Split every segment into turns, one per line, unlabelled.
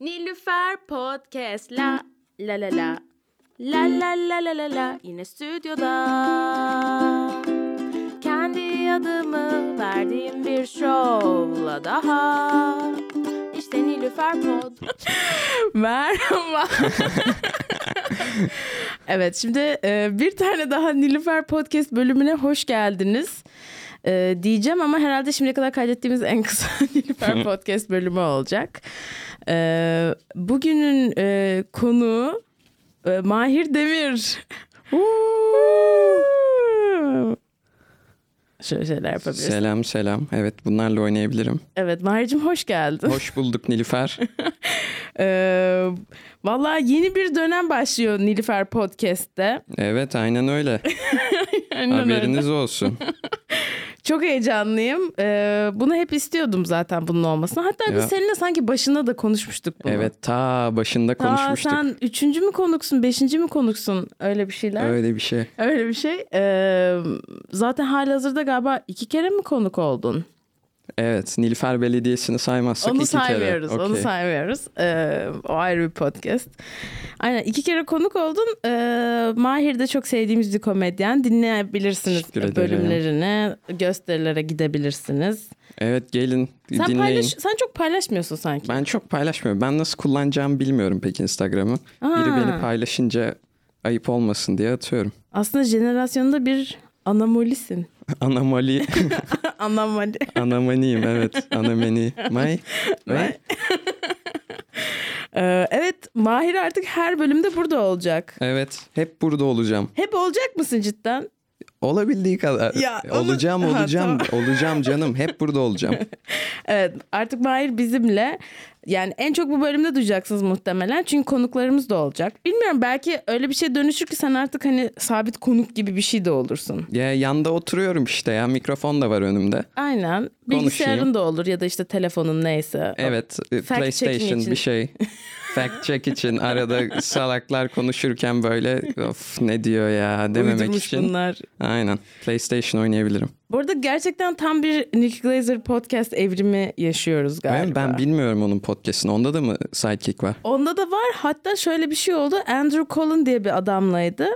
Nilüfer Podcast la la la la la la la la la la yine stüdyoda kendi adımı verdiğim bir şovla daha işte Nilüfer Pod merhaba evet şimdi e, bir tane daha Nilüfer Podcast bölümüne hoş geldiniz E, diyeceğim ama herhalde şimdiye kadar kaydettiğimiz en kısa Nilüfer Podcast bölümü olacak. Ee, bugünün e, konuğu e, Mahir Demir. Şöyle şeyler yapabiliriz.
Selam selam. Evet bunlarla oynayabilirim.
Evet Mahir'cim hoş geldin.
Hoş bulduk Nilüfer.
Ee, Valla yeni bir dönem başlıyor Nilüfer Podcast'te.
Evet aynen öyle. Haberiniz olsun.
Çok heyecanlıyım. Ee, bunu hep istiyordum zaten bunun olmasını. Hatta biz
Ya.
seninle sanki başında da konuşmuştuk bunu.
Evet ta başında
Aa,
konuşmuştuk.
sen üçüncü mü konuksun, beşinci mi konuksun öyle bir şeyler.
Öyle bir şey.
Öyle bir şey. Ee, zaten halihazırda galiba iki kere mi konuk oldun?
Evet Nilüfer Belediyesi'ni saymazsak
onu
iki
saymıyoruz.
kere.
Onu
Okey.
saymıyoruz. Ee, o ayrı bir podcast. Aynen iki kere konuk oldun. Ee, Mahir de çok sevdiğimiz bir komedyen. Dinleyebilirsiniz
Teşekkür ederim.
bölümlerini. Gösterilere gidebilirsiniz.
Evet gelin
Sen
dinleyin.
paylaş sen çok paylaşmıyorsun sanki.
Ben çok paylaşmıyorum. Ben nasıl kullanacağımı bilmiyorum pek Instagram'ı. Biri
Aa.
beni paylaşınca ayıp olmasın diye atıyorum.
Aslında jenerasyonda bir anomalisin.
Anomali,
Anomali.
anomaniyim evet. Anomani. May. May.
Ee, evet Mahir artık her bölümde burada olacak.
Evet hep burada olacağım.
Hep olacak mısın cidden?
Olabildiği kadar. E,
Ya, onu-
olacağım,
Ha,
olacağım, olacağım canım. Hep burada olacağım.
Evet artık Mahir bizimle yani en çok bu bölümde duyacaksınız muhtemelen çünkü konuklarımız da olacak. Bilmiyorum belki öyle bir şey dönüşür ki sen artık hani sabit konuk gibi bir şey de olursun.
Ya yanda oturuyorum işte ya. Mikrofon da var önümde.
Aynen bilgisayarın da olur ya da işte telefonun neyse.
Evet, e,
Fact checking
PlayStation
için.
bir şey. Fact check için arada salaklar konuşurken böyle of ne diyor ya dememek
Uydurmuş
için.
bunlar.
Aynen. PlayStation oynayabilirim.
Bu arada gerçekten tam bir Nick Glazer podcast evrimi yaşıyoruz galiba.
Ben, ben bilmiyorum onun podcast'ini. Onda da mı sidekick var?
Onda da var. Hatta şöyle bir şey oldu. Andrew Colin diye bir adamlaydı.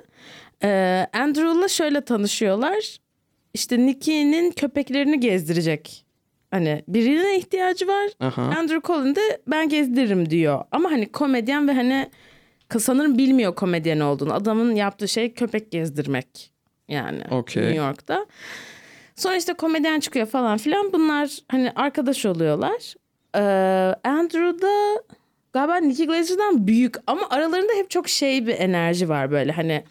Ee, Andrew'la şöyle tanışıyorlar. İşte Nicky'nin köpeklerini gezdirecek. Hani birine ihtiyacı var.
Aha.
Andrew Colin de ben gezdiririm diyor. Ama hani komedyen ve hani sanırım bilmiyor komedyen olduğunu. Adamın yaptığı şey köpek gezdirmek. Yani
Okey.
New York'ta. Sonra işte komedyen çıkıyor falan filan. Bunlar hani arkadaş oluyorlar. Ee, Andrew da galiba Nicky Glazer'dan büyük ama aralarında hep çok şey bir enerji var böyle hani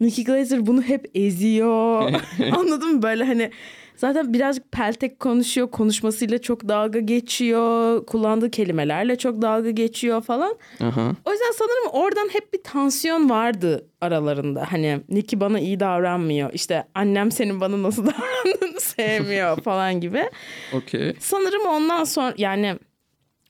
Nicky Glazer bunu hep eziyor. Anladın mı böyle hani zaten birazcık peltek konuşuyor. Konuşmasıyla çok dalga geçiyor. Kullandığı kelimelerle çok dalga geçiyor falan.
Aha.
O yüzden sanırım oradan hep bir tansiyon vardı aralarında. Hani Nicky bana iyi davranmıyor. İşte annem senin bana nasıl davrandığını sevmiyor falan gibi.
Okey.
Sanırım ondan sonra yani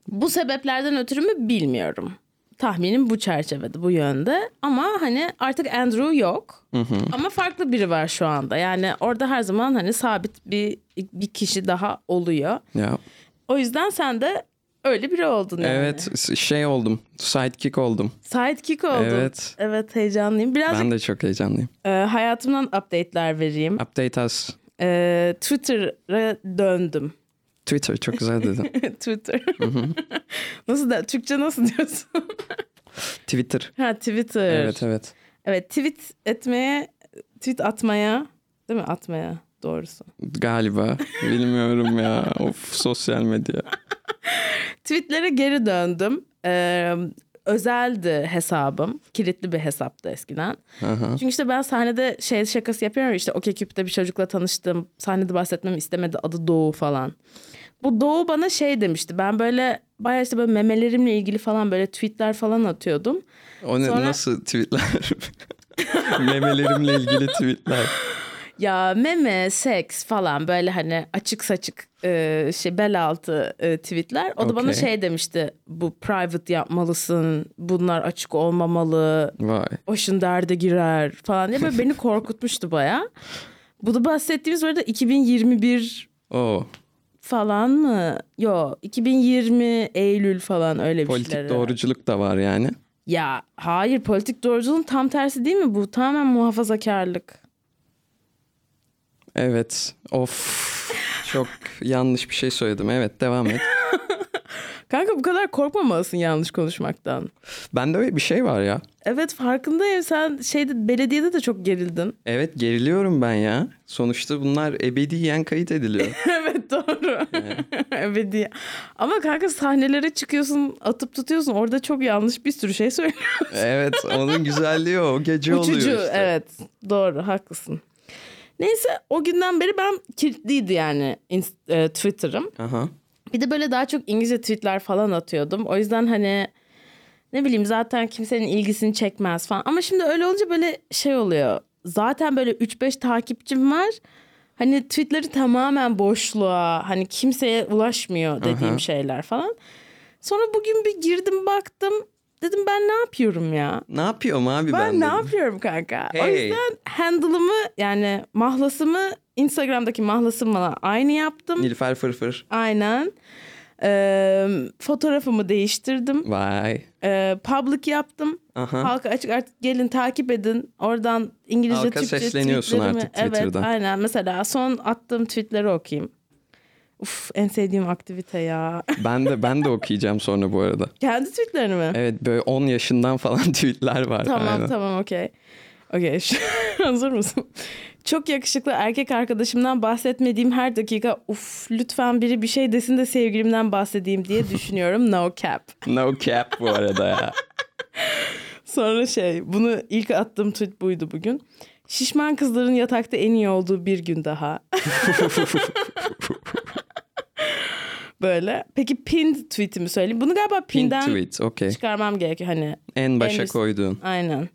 bu sebeplerden ötürü mü bilmiyorum. Tahminim bu çerçevede, bu yönde. Ama hani artık Andrew yok. Ama farklı biri var şu anda. Yani orada her zaman hani sabit bir bir kişi daha oluyor.
Ya.
O yüzden sen de öyle biri oldun yani.
Evet s- şey oldum. Sidekick oldum.
Sidekick oldun.
Evet.
Evet heyecanlıyım. Birazcık
Ben de çok heyecanlıyım.
e, hayatımdan update'ler vereyim.
Update us.
E, Twitter'a döndüm.
Twitter çok güzel dedin.
Twitter. nasıl da Türkçe nasıl diyorsun?
Twitter.
Ha Twitter.
Evet evet.
Evet tweet etmeye, tweet atmaya değil mi atmaya doğrusu.
Galiba. Bilmiyorum ya. Of sosyal medya.
Tweetlere geri döndüm. Ee, özeldi hesabım. Kilitli bir hesaptı eskiden.
Aha.
Çünkü işte ben sahnede şey şakası yapıyorum ya, işte okey küpte bir çocukla tanıştım. Sahnede bahsetmemi istemedi adı Doğu falan. Bu Doğu bana şey demişti. Ben böyle bayağı işte böyle memelerimle ilgili falan böyle tweetler falan atıyordum.
O ne,
Sonra-
nasıl tweetler? Memelerimle ilgili tweetler.
Ya meme, seks falan böyle hani açık saçık e, şey bel altı e, tweetler. O da bana
Okey.
şey demişti. Bu private yapmalısın. Bunlar açık olmamalı.
Vay.
Başın derde girer falan diye böyle beni korkutmuştu baya. Bu da bahsettiğimiz bu arada 2021
Oo.
falan mı? Yo 2020 Eylül falan öyle bir şeyler.
Politik doğruculuk da var yani.
Ya hayır politik doğruculuğun tam tersi değil mi bu? Tamamen muhafazakarlık.
Evet. Of. Çok yanlış bir şey söyledim. Evet devam et.
Kanka bu kadar korkmamalısın yanlış konuşmaktan.
Bende öyle bir şey var ya.
Evet farkındayım sen şeyde belediyede de çok gerildin.
Evet geriliyorum ben ya. Sonuçta bunlar ebediyen kayıt ediliyor.
evet doğru. evet diye. Ama kanka sahnelere çıkıyorsun atıp tutuyorsun orada çok yanlış bir sürü şey söylüyorsun.
evet onun güzelliği o. O gece
Uçucu
oluyor işte.
evet doğru haklısın. Neyse o günden beri ben kilitliydi yani inst- e, Twitter'ım.
Aha.
Bir de böyle daha çok İngilizce tweetler falan atıyordum. O yüzden hani ne bileyim zaten kimsenin ilgisini çekmez falan. Ama şimdi öyle olunca böyle şey oluyor. Zaten böyle 3-5 takipçim var. Hani tweetleri tamamen boşluğa hani kimseye ulaşmıyor dediğim
Aha.
şeyler falan. Sonra bugün bir girdim baktım. Dedim ben ne yapıyorum ya?
Ne yapıyorum abi ben?
Ben ne
dedim.
yapıyorum kanka? O
Hey.
yüzden handle'ımı yani mahlasımı Instagram'daki mahlasımla aynı yaptım.
Nilüfer Fırfır.
Aynen. Ee, fotoğrafımı değiştirdim.
Vay.
Ee, public yaptım.
Aha.
Halka açık artık gelin takip edin. Oradan İngilizce
Halka
Türkçe
sesleniyorsun
tweetlerimi-
artık Twitter'dan.
Evet aynen. Mesela son attığım tweetleri okuyayım. Uf en sevdiğim aktivite ya.
Ben de ben de okuyacağım sonra bu arada.
Kendi tweetlerini mi?
Evet böyle 10 yaşından falan tweetler var.
Tamam
Aynen.
tamam okey. Okey hazır mısın? Çok yakışıklı erkek arkadaşımdan bahsetmediğim her dakika uf lütfen biri bir şey desin de sevgilimden bahsedeyim diye düşünüyorum no cap.
No cap bu arada ya.
Sonra şey bunu ilk attığım tweet buydu bugün. Şişman kızların yatakta en iyi olduğu bir gün daha. Böyle. Peki pinned tweetimi söyleyeyim. Bunu galiba
Pin
pinden
tweet okey.
çıkarmam gerekiyor. Hani
En başa
En üst-
koyduğun.
aynen.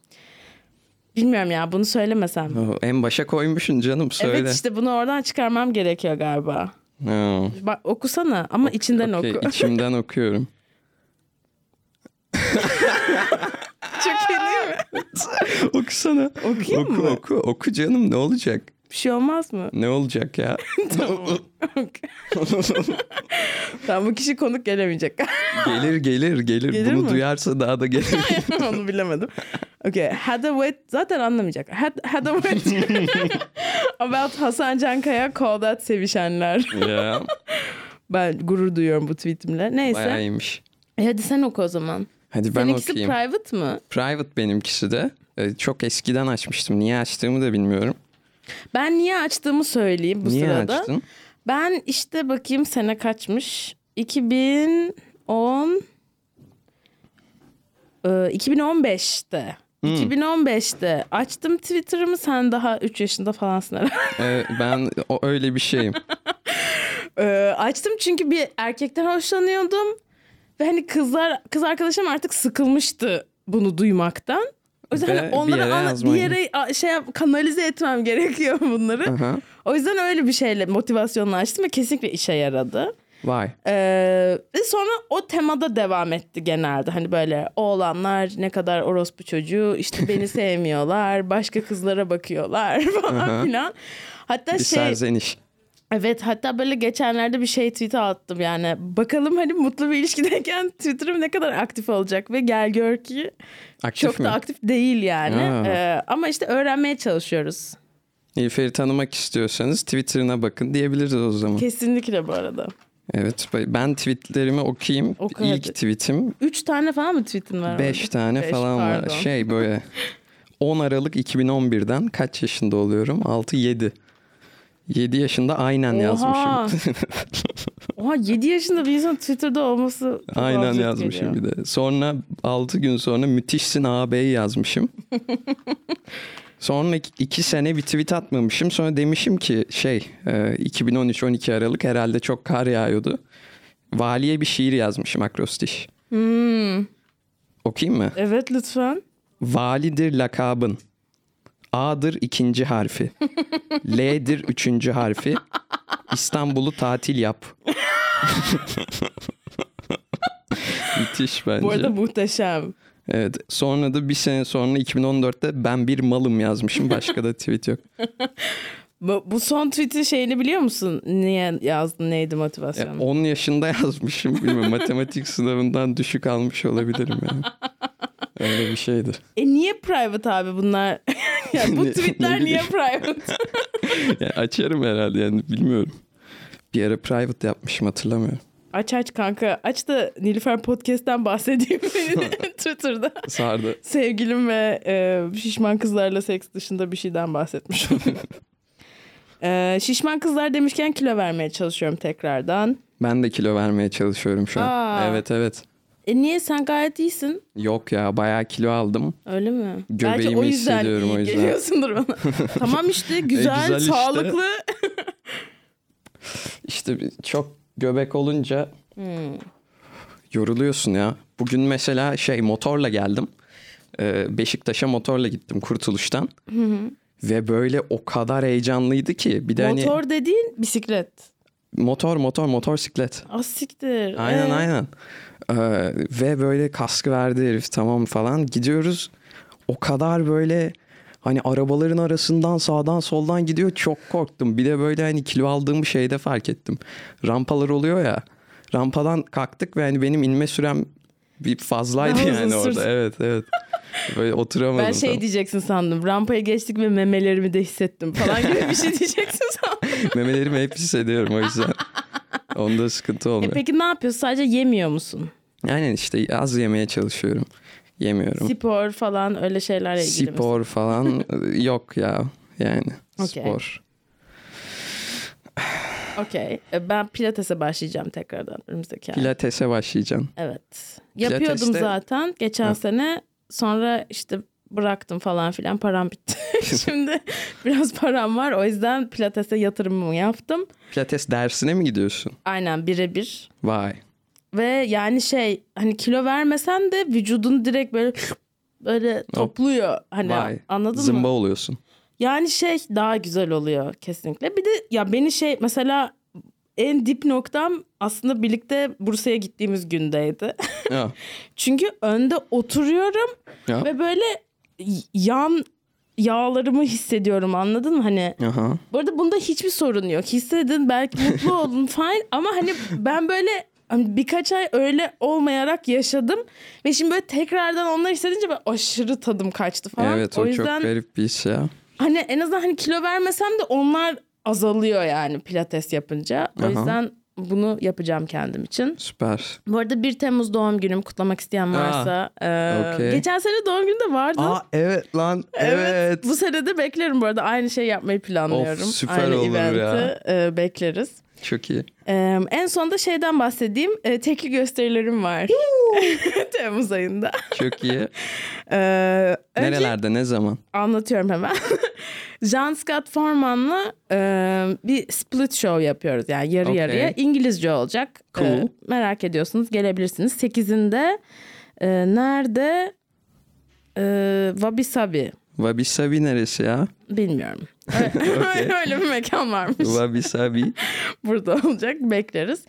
Bilmiyorum ya bunu söylemesem.
Oh, En başa koymuşsun canım söyle.
Evet işte bunu oradan çıkarmam gerekiyor galiba.
Ha.
Bak okusana ama içinden
Okey,
oku.
içimden okuyorum.
Çok iyi değil mi?
Okusana.
Okuyayım
oku,
mı?
Oku oku canım ne olacak?
Bir şey olmaz mı?
Ne olacak ya?
Tamam bu kişi konuk gelemeyecek.
gelir gelir gelir.
Gelir
Bunu
mi?
duyarsa daha da gelir.
Onu bilemedim. Okay. Hathaway zaten anlamayacak. Had- Hathaway about Hasan Cankaya call that sevişenler.
ya
Ben gurur duyuyorum bu tweetimle. Neyse.
bayağı iyiymiş.
E, hadi sen oku o zaman.
Hadi ben
Seninkisi
okuyayım.
private mı?
Private benimkisi de. Ee, Çok eskiden açmıştım. Niye açtığımı da bilmiyorum.
Ben niye açtığımı söyleyeyim bu
Niye
sırada.
açtın?
Ben işte bakayım sene kaçmış. 2010 Ee, 2015'te.
Hmm.
2015'te açtım Twitter'ımı sen daha 3 yaşında falansın herhalde.
Ee, ben o öyle bir şeyim.
Ee, açtım çünkü bir erkekten hoşlanıyordum. Ve hani kızlar kız arkadaşım artık sıkılmıştı bunu duymaktan. O yüzden
Ve
hani
bir
onları
yere
ana- bir
yazman
yere a- şey yap- kanalize etmem gerekiyor bunları.
Aha.
O yüzden öyle bir şeyle motivasyonla açtım ve kesinlikle işe yaradı.
Vay.
Ee, ve sonra o temada devam etti genelde. Hani böyle oğlanlar ne kadar orospu çocuğu işte beni sevmiyorlar başka kızlara bakıyorlar
Aha.
falan filan. Hatta
Bir
şey
serzeniş.
evet hatta böyle geçenlerde bir şey tweet'e attım yani. Bakalım hani mutlu bir ilişkideyken Twitter'ım ne kadar aktif olacak ve gel gör ki
Aktif
çok
mi?
da aktif değil yani.
Aa.
Ee, ama işte öğrenmeye çalışıyoruz.
Nilüfer'i tanımak istiyorsanız Twitter'ına bakın diyebiliriz o zaman.
Kesinlikle bu arada.
Evet ben tweetlerimi okuyayım.
Oku
İlk
hadi.
tweetim
Üç tane falan mı tweet'in var?
Beş tane
Beş,
falan var.
pardon.
Şey böyle 10 Aralık 2011'den kaç yaşında oluyorum? 6-7. 7 yaşında aynen
Oha.
yazmışım.
Oha 7 yaşında bir insan Twitter'da olması çok
aynen
absürt
yazmışım
geliyor.
bir de. Sonra 6 gün sonra müthişsin ağabeyi yazmışım. sonra 2 sene bir tweet atmamışım. Sonra demişim ki şey e, 2013-12 Aralık herhalde çok kar yağıyordu. Valiye bir şiir yazmışım akrostiş.
Hmm.
Okuyayım mı?
Evet lütfen.
Validir lakabın. A'dır ikinci harfi. L'dir üçüncü harfi. İstanbul'u tatil yap. Müthiş bence.
Bu arada muhteşem.
Evet. Sonra da bir sene sonra 2014'te ben bir malım yazmışım. Başka da tweet yok.
Bu, bu son tweet'in şeyini biliyor musun? Niye yazdın? Neydi
Ya,
motivasyonu?
10 E, yaşında yazmışım. Bilmiyorum matematik sınavından düşük almış olabilirim yani. Öyle bir şeydi.
E niye private abi bunlar? ya bu
Ne- ne
tweetler niye
bileyim.
private?
Yani açarım herhalde yani bilmiyorum. Bir ara private yapmışım hatırlamıyorum.
aç aç kanka. Aç da Nilüfer Podcast'ten bahsedeyim Twitter'da.
Sardı.
Sevgilim ve e, şişman kızlarla seks dışında bir şeyden bahsetmiş oldum. E, şişman kızlar demişken kilo vermeye çalışıyorum tekrardan.
Ben de kilo vermeye çalışıyorum şu an.
Aa.
Evet evet.
E niye sen gayet iyisin?
Yok ya bayağı kilo aldım.
Öyle mi?
Göbeğimi
Belki o yüzden
hissediyorum,
iyi
o yüzden. E,
geliyorsundur bana. tamam işte güzel,
güzel işte.
sağlıklı.
İşte bir- çok göbek olunca
Hmm.
yoruluyorsun ya. Bugün mesela şey motorla geldim. Ee, Beşiktaş'a motorla gittim Kurtuluş'tan. Ve böyle o kadar heyecanlıydı ki. Bir de hani
Motor dediğin bisiklet.
motor motor motorsiklet.
Az siktir.
Aynen
Ee,
aynen. Ee, ve böyle kaskı verdi herif tamam falan. Gidiyoruz o kadar böyle hani arabaların arasından sağdan soldan gidiyor çok korktum. Bir de böyle hani kilo aldığım şeyde fark ettim. Rampalar oluyor ya. Rampadan kalktık ve hani benim inme sürem bir fazlaydı
Daha uzun
yani
sürdü.
orada. Evet evet. Böyle oturamadım.
Ben şey
falan.
diyeceksin sandım. Rampaya geçtik ve memelerimi de hissettim falan gibi bir şey diyeceksin sandım.
Memelerimi hep hissediyorum o yüzden. Onda sıkıntı
E
olmuyor.
peki ne yapıyorsun? Sadece yemiyor musun?
Aynen işte az yemeye çalışıyorum. Yemiyorum.
Spor falan öyle şeylerle ilgili misin?
Spor falan e, yok ya yani
Okey.
spor.
Okey. E, Ben pilatese başlayacağım tekrardan önümüzdeki ay.
Pilates'e başlayacaksın.
Evet.
Pilates
Yapıyordum
de-
zaten geçen
Ha.
sene. Sonra işte bıraktım falan filan param bitti. Şimdi biraz param var. O yüzden pilatese yatırımımı yaptım.
Pilates dersine mi gidiyorsun?
Aynen birebir.
Vay.
Ve yani şey hani kilo vermesen de vücudun direkt böyle böyle topluyor. Hani
Vay.
anladın mı?
Zımba oluyorsun.
Yani şey daha güzel oluyor kesinlikle. Bir de ya beni şey mesela en dip noktam aslında birlikte Bursa'ya gittiğimiz gündeydi.
Ya.
Çünkü önde oturuyorum
Ya.
ve böyle y- yan yağlarımı hissediyorum anladın mı? Hani
Aha.
bu arada bunda hiçbir sorun yok. Hissedin belki mutlu olun fine ama hani ben böyle hani birkaç ay öyle olmayarak yaşadım ve şimdi böyle tekrardan onları hissedince ben aşırı tadım kaçtı falan.
Evet o, çok garip bir his ya.
Hani en azından hani kilo vermesem de onlar azalıyor yani pilates yapınca. O
Aha.
yüzden bunu yapacağım kendim için.
Süper.
Bu arada 1 Temmuz doğum günüm kutlamak isteyen varsa. e,
okey.
Geçen sene doğum günü de vardı.
evet lan
Bu sene de beklerim bu arada. Aynı şey yapmayı planlıyorum.
Of, süper
Aynı
olur ya.
eventi e, bekleriz.
Çok iyi.
E, en sonunda şeyden bahsedeyim. E, tekli gösterilerim var. Temmuz ayında.
Çok iyi.
E, önce-
Nerelerde ne zaman?
Anlatıyorum hemen. Jean Scott Forman'la e, bir split show yapıyoruz. Yani yarı
Okey.
yarıya İngilizce olacak.
Cool.
E, merak ediyorsunuz gelebilirsiniz. 8'inde e, nerede? E, Wabi Sabi.
Wabi Sabi neresi ya?
Bilmiyorum. Öyle, öyle bir mekan varmış.
Wabi Sabi.
Burada olacak. Bekleriz.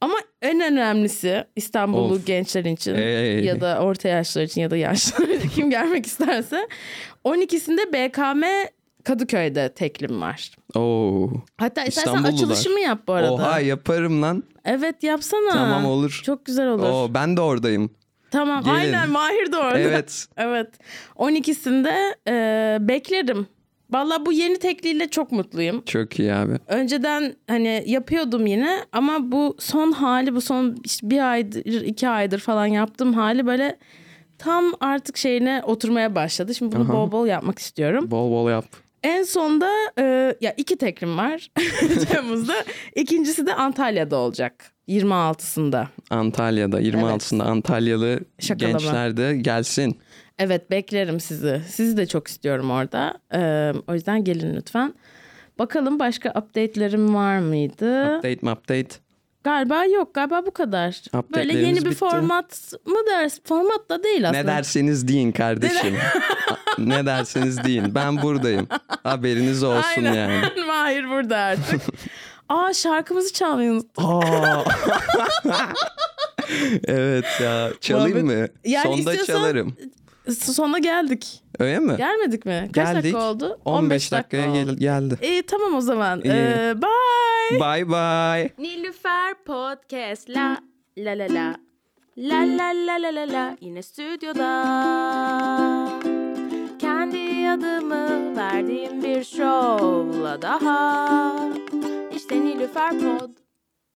Ama en önemlisi İstanbullu
Of.
gençler için
Ey.
ya da orta yaşlılar için ya da yaşlılar için kim gelmek isterse 12'sinde BKM Kadıköy'de teklim var.
Oo.
Hatta istersen
İstanbullular.
açılışımı yap bu arada.
Oha yaparım lan.
Evet yapsana.
Tamam olur.
Çok güzel olur.
Oo, ben de oradayım.
tamam
gelin.
aynen Mahir de orada.
Evet.
Evet. 12'sinde e, beklerim. Valla bu yeni tekliyle çok mutluyum.
Çok iyi abi.
Önceden hani yapıyordum yine ama bu son hali bu son işte bir aydır iki aydır falan yaptığım hali böyle tam artık şeyine oturmaya başladı. Şimdi bunu
Aha.
bol bol yapmak istiyorum.
Bol bol yap.
En sonda e, ya iki teklim var Temmuz'da. İkincisi de Antalya'da olacak 26'sında.
Antalya'da 26'sında Antalyalı
Şakalama.
gençler de gelsin.
Evet beklerim sizi. Sizi de çok istiyorum orada. E, o yüzden gelin lütfen. Bakalım başka update'lerim var mıydı?
Update mi update?
Galiba yok. Galiba bu kadar. Böyle
Update'lerimiz
yeni bir
bitti.
format mı ders? Formatla değil aslında.
Ne derseniz deyin kardeşim. ne derseniz deyin. Ben buradayım. Haberiniz olsun
Aynen.
yani.
Mahir burada artık. Aa şarkımızı çalmayı unuttum.
Aa. evet ya. Çalayım mı?
Yani
Sonda
istiyorsan-
çalarım.
Sona geldik.
Öyle mi?
Gelmedik mi? Kaç
Geldik.
dakika oldu? 15,
15 dakikaya
oldu.
gel- geldi.
İyi tamam o zaman.
İyi.
Ee, bye.
Bye bye.
Nilüfer Podcast la la la la la la la la la la yine stüdyoda kendi adımı verdiğim bir şovla daha işte Nilüfer Pod.